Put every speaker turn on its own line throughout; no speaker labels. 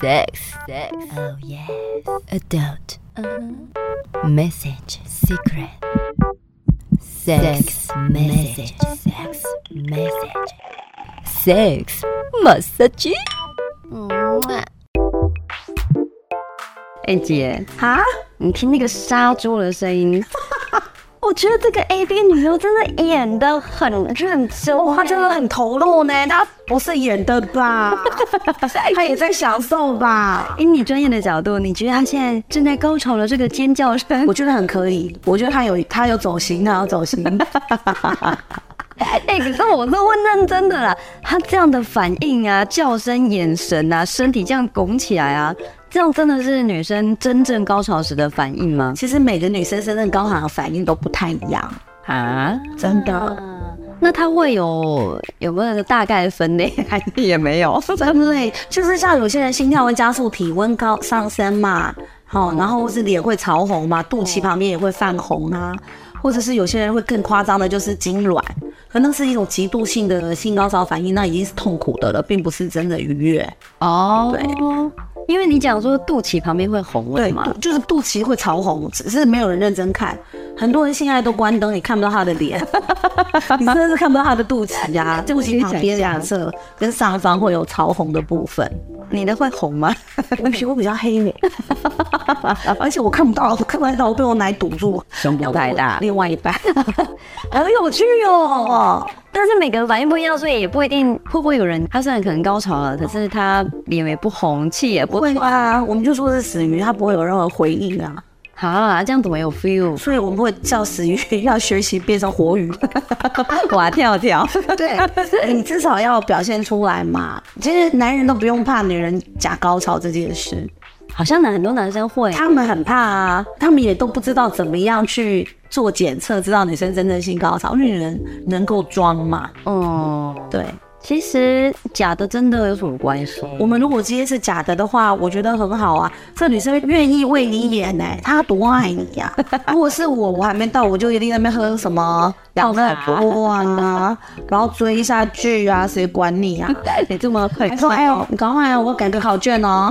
Sex, sex, oh yes. Uh-huh. Adult, message, secret. Sex, message, sex, message. Sex, massage.
哎、姐，
啊，
你听那个杀猪的声音，
我觉得这个 A B 女优真的演的很认真，
哦，他真的很投入呢，他不是演的吧？他也在享受吧？
以你专业的角度，你觉得她现在正在高潮的这个尖叫声
我，觉得很可以，我觉得他有他有走心，他有走心。
哎、可是我是问认真的啦，她这样的反应啊、叫声、眼神啊、身体这样拱起来啊，这样真的是女生真正高潮时的反应吗？
其实每个女生身上高潮的反应都不太一样，
啊，
真的。
那她会有有没有那个大概分类？ 还是也没有？
真累，就是像有些人心跳会加速，体温高上升嘛，好、然后或是脸会潮红嘛，肚脐旁边也会泛红啊，或者是有些人会更夸张的，就是痉挛，可那是一种极度性的性高潮反应，那已经是痛苦的了，并不是真的愉悦。
哦，对，因为你讲说肚脐旁边会红，为
对
什么？，
肚就是肚脐会潮红，只是没有人认真看，很多人现在都关灯，也看不到他的脸， 你真的是看不到他的肚脐 啊，肚脐旁边两侧跟上方会有潮红的部分。
你的会红吗？
我皮肤比较黑 呢，而且我看不到，我看不太到，我被我奶堵住，
胸部 太大
另外一半，哎好有趣哦。
但是每个人反应不一样，所以也不一定会不会有人，他虽然可能高潮了，可是他脸也不红，气也不
不会啊，我们就说是死鱼，它不会有任何回应啊，
好啊，这样怎么有 feel？
所以我们会叫死鱼要学习变成活鱼。
哇，跳跳，
对，你至少要表现出来嘛。其实男人都不用怕女人假高潮这件事，
好像男很多男生会，
他们很怕啊，他们也都不知道怎么样去做检测，知道女生真正性高潮，因为女人能够装嘛。
嗯，
对，
其实假的真的有什么关 系？
我们如果今天是假的的话，我觉得很好啊。这女生愿意为你演呢、她多爱你呀、如果是我，我还没到，我就一定在那边喝什么养乐多啊，然后追一下剧啊，谁管你啊？
你这么会
还说：“哎呦，你赶快，我赶个好卷哦。”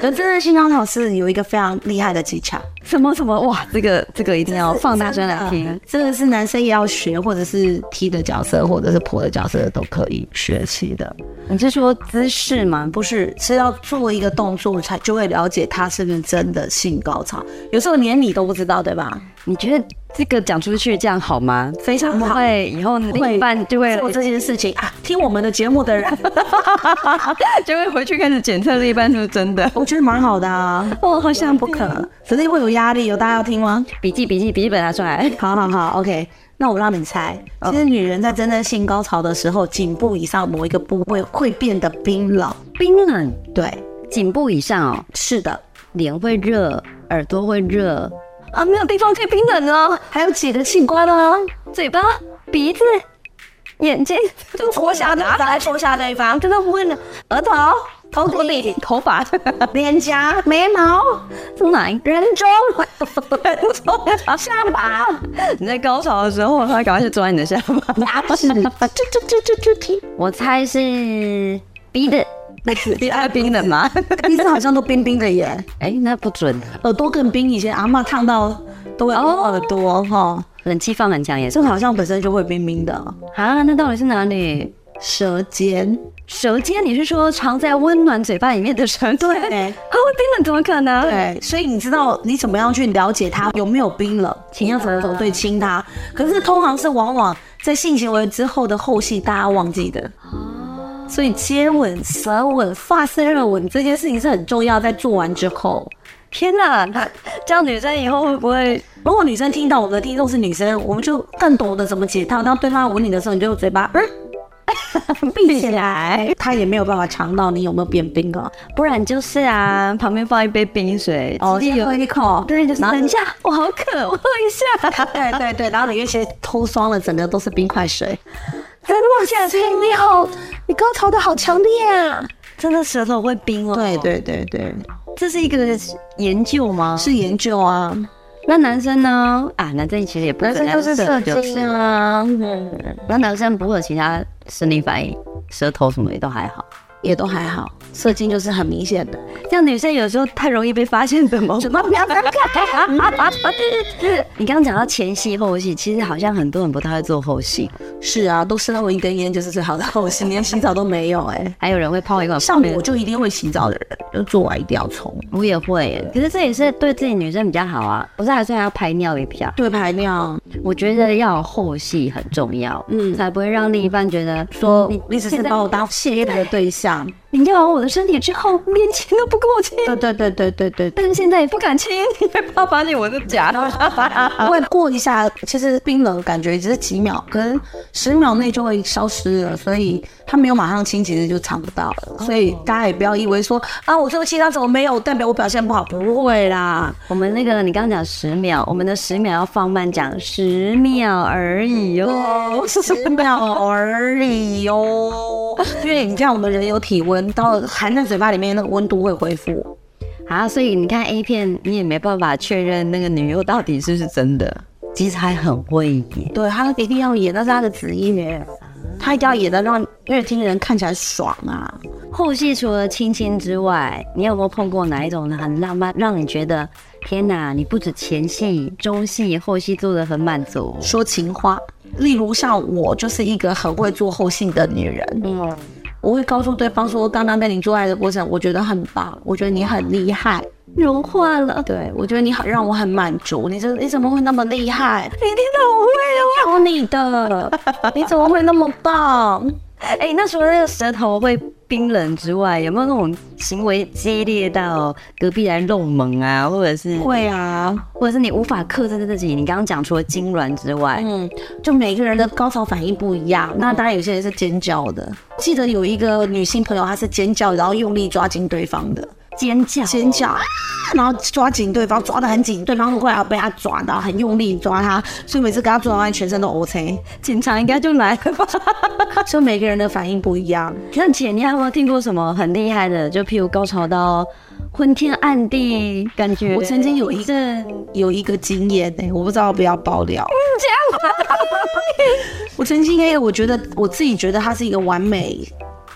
可是真的，新疆老师有一个非常厉害的技巧，
什么什么哇，这个这个一定要放大声来听。
这个是男生也要学，或者是 T 的角色，或者是婆的角色都可以学习的。
你是说姿势吗？
不是，是要做一个动作才就会了解他是不是真的性高潮。有时候连你都不知道，对吧？
你觉得这个讲出去这样好吗？
非常
不
好，
会，以后你另一半就会
做这件事情啊，听我们的节目的人，
就会回去开始检测另一半是不是真的。
我觉得蛮好的啊。
哦，好
这样不可能，只是会有压力，有大家要听吗？
笔记笔记笔记本拿出来。
好好好，OK，那我让你猜。其实女人在真正性高潮的时候，颈部以上某一个部位会变得冰冷。
冰冷，
对，
颈部以上哦，
是的。
脸会热，耳朵会热，
啊，没有地方可以冰冷哦，
还有几个啊性关呢？
嘴巴、鼻子、眼 睛，就
戳下的，来戳下对方，
真的不会冷，额头、头骨 顶、
头发，
脸颊、
眉毛、
是哪一个？
人 中、人中、下巴、
你在高潮的时候，他赶快去抓你的下巴。
牙齿，这这这这这听，
我猜是鼻子， 啊鼻爱冰冷吗？
鼻子好像都冰冰的耶，
哎、那不准，
耳朵更冰。以前阿嬷烫到都会凹耳朵哈，
冷气放很强也是
这好像本身就会冰冰的。
啊。那到底是哪里？
舌尖，
舌尖？你是说藏在温暖嘴巴里面的舌尖？
对
啊，我冰冷怎么可能？
对，所以你知道你怎么样去了解它有没有冰冷，你要怎么走对亲它。可是通常是往往在性行为之后的后戏，大家忘记的。所以接吻、舌吻、发丝热吻这件事情是很重要，在做完之后。
天哪，这样女生以后会不会
如果女生听到我们的听众是女生，我们就更懂得怎么解套。当对方吻你的时候，你就嘴巴嗯 闭起来，他也没有办法尝到你有没有变冰啊。
不然就是啊，旁边放一杯冰水，直接
哦喝一口，
对，就是
然后
等一下，我好渴，我喝一下。
对对对，然后你又先偷霜了，整个都是冰块水，
真的下去，你好，你高潮的好强烈啊！
真的舌头会冰哦。
对，对对对，
这是一个研究吗？
是研究啊，
那男生呢？啊，男生其实也不
男生就是射精
啊。
啊，嗯
那男生不会有其他生理反应，舌头什么也都还好。
也都还好。射精就是很明显的。
这样女生有时候太容易被发现，怎么
怎么不要分开？
你刚刚讲到前戏后戏，其实好像很多人不太会做后戏，
是啊，都身后一根烟就是最好的后戏，连洗澡都没有哎、
还有人会泡一个
像我就一定会洗澡的人，就做完一定要冲。
我也会耶，可是这也是对自己女生比较好啊。不是还说还要排尿一下？
对排尿，
我觉得要有后戏很重要，嗯，
嗯
才不会让另一半觉得
说
你
你只是把我当泄欲的对象。
你要完我的身体之后，连亲都不跟我亲，
对对对对对对，
但是现在也不敢亲，你会怕发现我是假的。
我也过一下，其实冰冷感觉只是几秒，可能十秒内就会消失了，所以他没有马上亲，其实就尝不到了。所以大家也不要以为说啊，我这个亲他怎么没有，代表我表现不好， 不会啦。
我们那个你刚刚讲十秒，我们的十秒要放慢讲，十秒而已哦。
十秒而已哟、因为你看我们人有体温，到含在嘴巴里面那个温度会恢复。
啊，所以你看 A 片，你也没办法确认那个女优到底是不是真的，其实还很会演。
对他一定要演，那是他的职业，他一定要演的让乐听人看起来爽啊。
后戏除了亲亲之外，你有没有碰过哪一种呢？很浪漫，让你觉得天哪，你不止前戏、中戏、后戏做的很满足。
说情话。例如像我就是一个很会做后戏的女人，
嗯，
我会告诉对方说，刚刚跟你做爱的过程，我觉得很棒，我觉得你很厉害，
融化了，
对我觉得你很让我很满足，你这你怎么会那么厉害？
你听到我会
教 你的，你怎么会那么棒？
哎、那除了那个舌头会冰冷之外，有没有那种行为激烈到隔壁来弄猛啊，或者是
会啊，
或者是你无法克制自己？你刚刚讲除了痉挛之外，
嗯，就每个人的高潮反应不一样，那当然有些人是尖叫的。记得有一个女性朋友，她是尖叫，然后用力抓紧对方的，
尖叫，
尖叫， 啊然后抓紧对方，抓得很紧，对方会要被他抓到，很用力抓他，所以每次跟他做完，全身都 OK。
警察应该就来了吧？
所以每个人的反应不一样，
像姐，你还有没有听过什么很厉害的？就譬如高潮到昏天暗地，感觉
我曾经有一
阵
有一个经验呢、我不知道要不要爆料。 我曾经也有，我觉得我自己觉得他是一个完美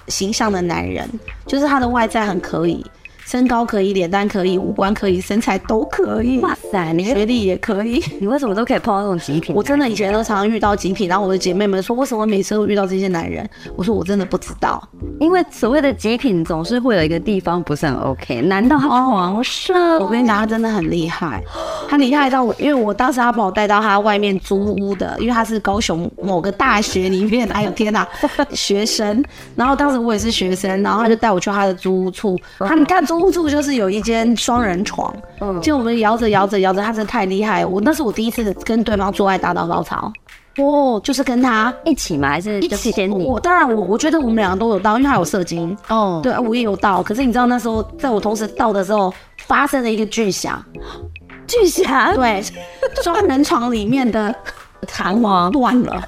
形象的男人，就是他的外在很可以，身高可以，脸蛋可以，五官可以，身材都可以，
哇塞，你
学历也可以。
你为什么都可以碰到这种极品？
我真的以前都常常遇到极品，然后我的姐妹们说，为什么每次都遇到这些男人？我说我真的不知道。
因为所谓的极品总是会有一个地方不是很 OK，难道他皇上？
我跟你讲，他真的很厉害，他厉害到我，因为我当时他把我带到他外面租屋的，因为他是高雄某个大学里面，哎呦天 哪，学生。然后当时我也是学生，然后他就带我去他的租屋处，他你看租屋处就是有一间双人床，
嗯
就我们摇着摇着摇着，他真的太厉害了，我那是我第一次跟对方做爱达到高潮，哦，就是跟他。
一起吗？还是
一
就是
起
先你？
我当然我我觉得我们两个都有到，因为他有射精，
Oh.
哦，
对，我也有到。可是你知道那时候，在我同时到的时候，发生了一个巨响，
巨侠，
对，双人床里面的弹簧断了，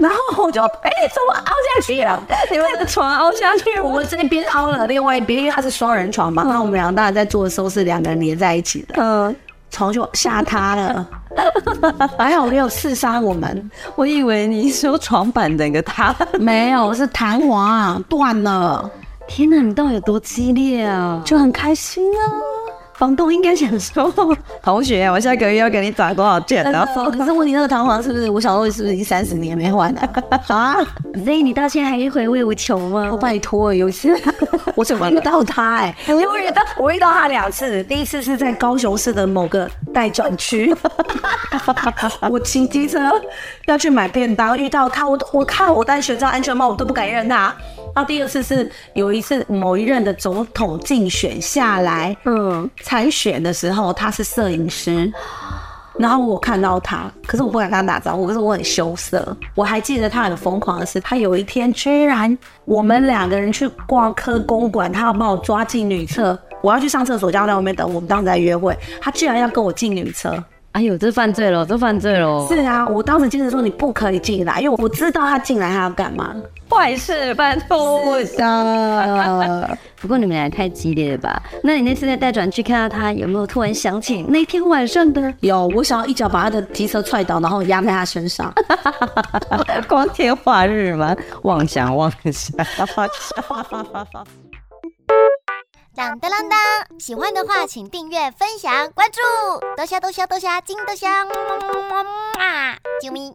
然后我就哎、怎么凹下去了？
你们的床凹下去
我这边凹了，另外一边因为它是双人床嘛，那我们俩当然在做的时候是两个人连在一起的，
嗯，
床就下塌了。还好没有刺伤我们，
我以为你说床板整个塌。
没有是弹簧啊断了，
天哪，你到底有多激烈啊？
就很开心啊。
房东应该想说， 同学，我下个月要给你打多少钱呢？
可是问题那个弹簧是不是我小时候是不是已经三十年没 换了啊？
所以你到现在还是回味无穷
我
吗？
拜托，有 一次我怎么遇到他哎、因为我遇到我遇到他两次，第一次是在高雄市的某个待转 区，我骑机车要去买便当，遇到他，我我看我戴学罩安全帽，我都不敢认他。然后第二次是有一次某一任的总统竞选下来，
嗯，
参选的时候，他是摄影师，然后我看到他，可是我不敢跟他打招呼，可是我很羞涩。我还记得他很疯狂的是，他有一天居然我们两个人去逛科公馆，他要把我抓进女厕，我要去上厕所，叫他在外面等我，我们当时在约会，他居然要跟我进女厕。
哎呦，这犯罪了，这犯罪了，
是啊，我当时坚持说你不可以进来，因为我知道他进来他要干嘛。
坏事，拜托。
的，
不过你们俩也太激烈了吧？那你那次在带转去看到他，有没有突然想起那天晚上的
有，我想要一脚把他的机车踹倒，然后压在他身上。
呃光天化日吗？妄想妄想。
当当当当！喜欢的话，请订阅、分享、关注，多虾多虾多虾金多虾，么么么么么啊！啾咪。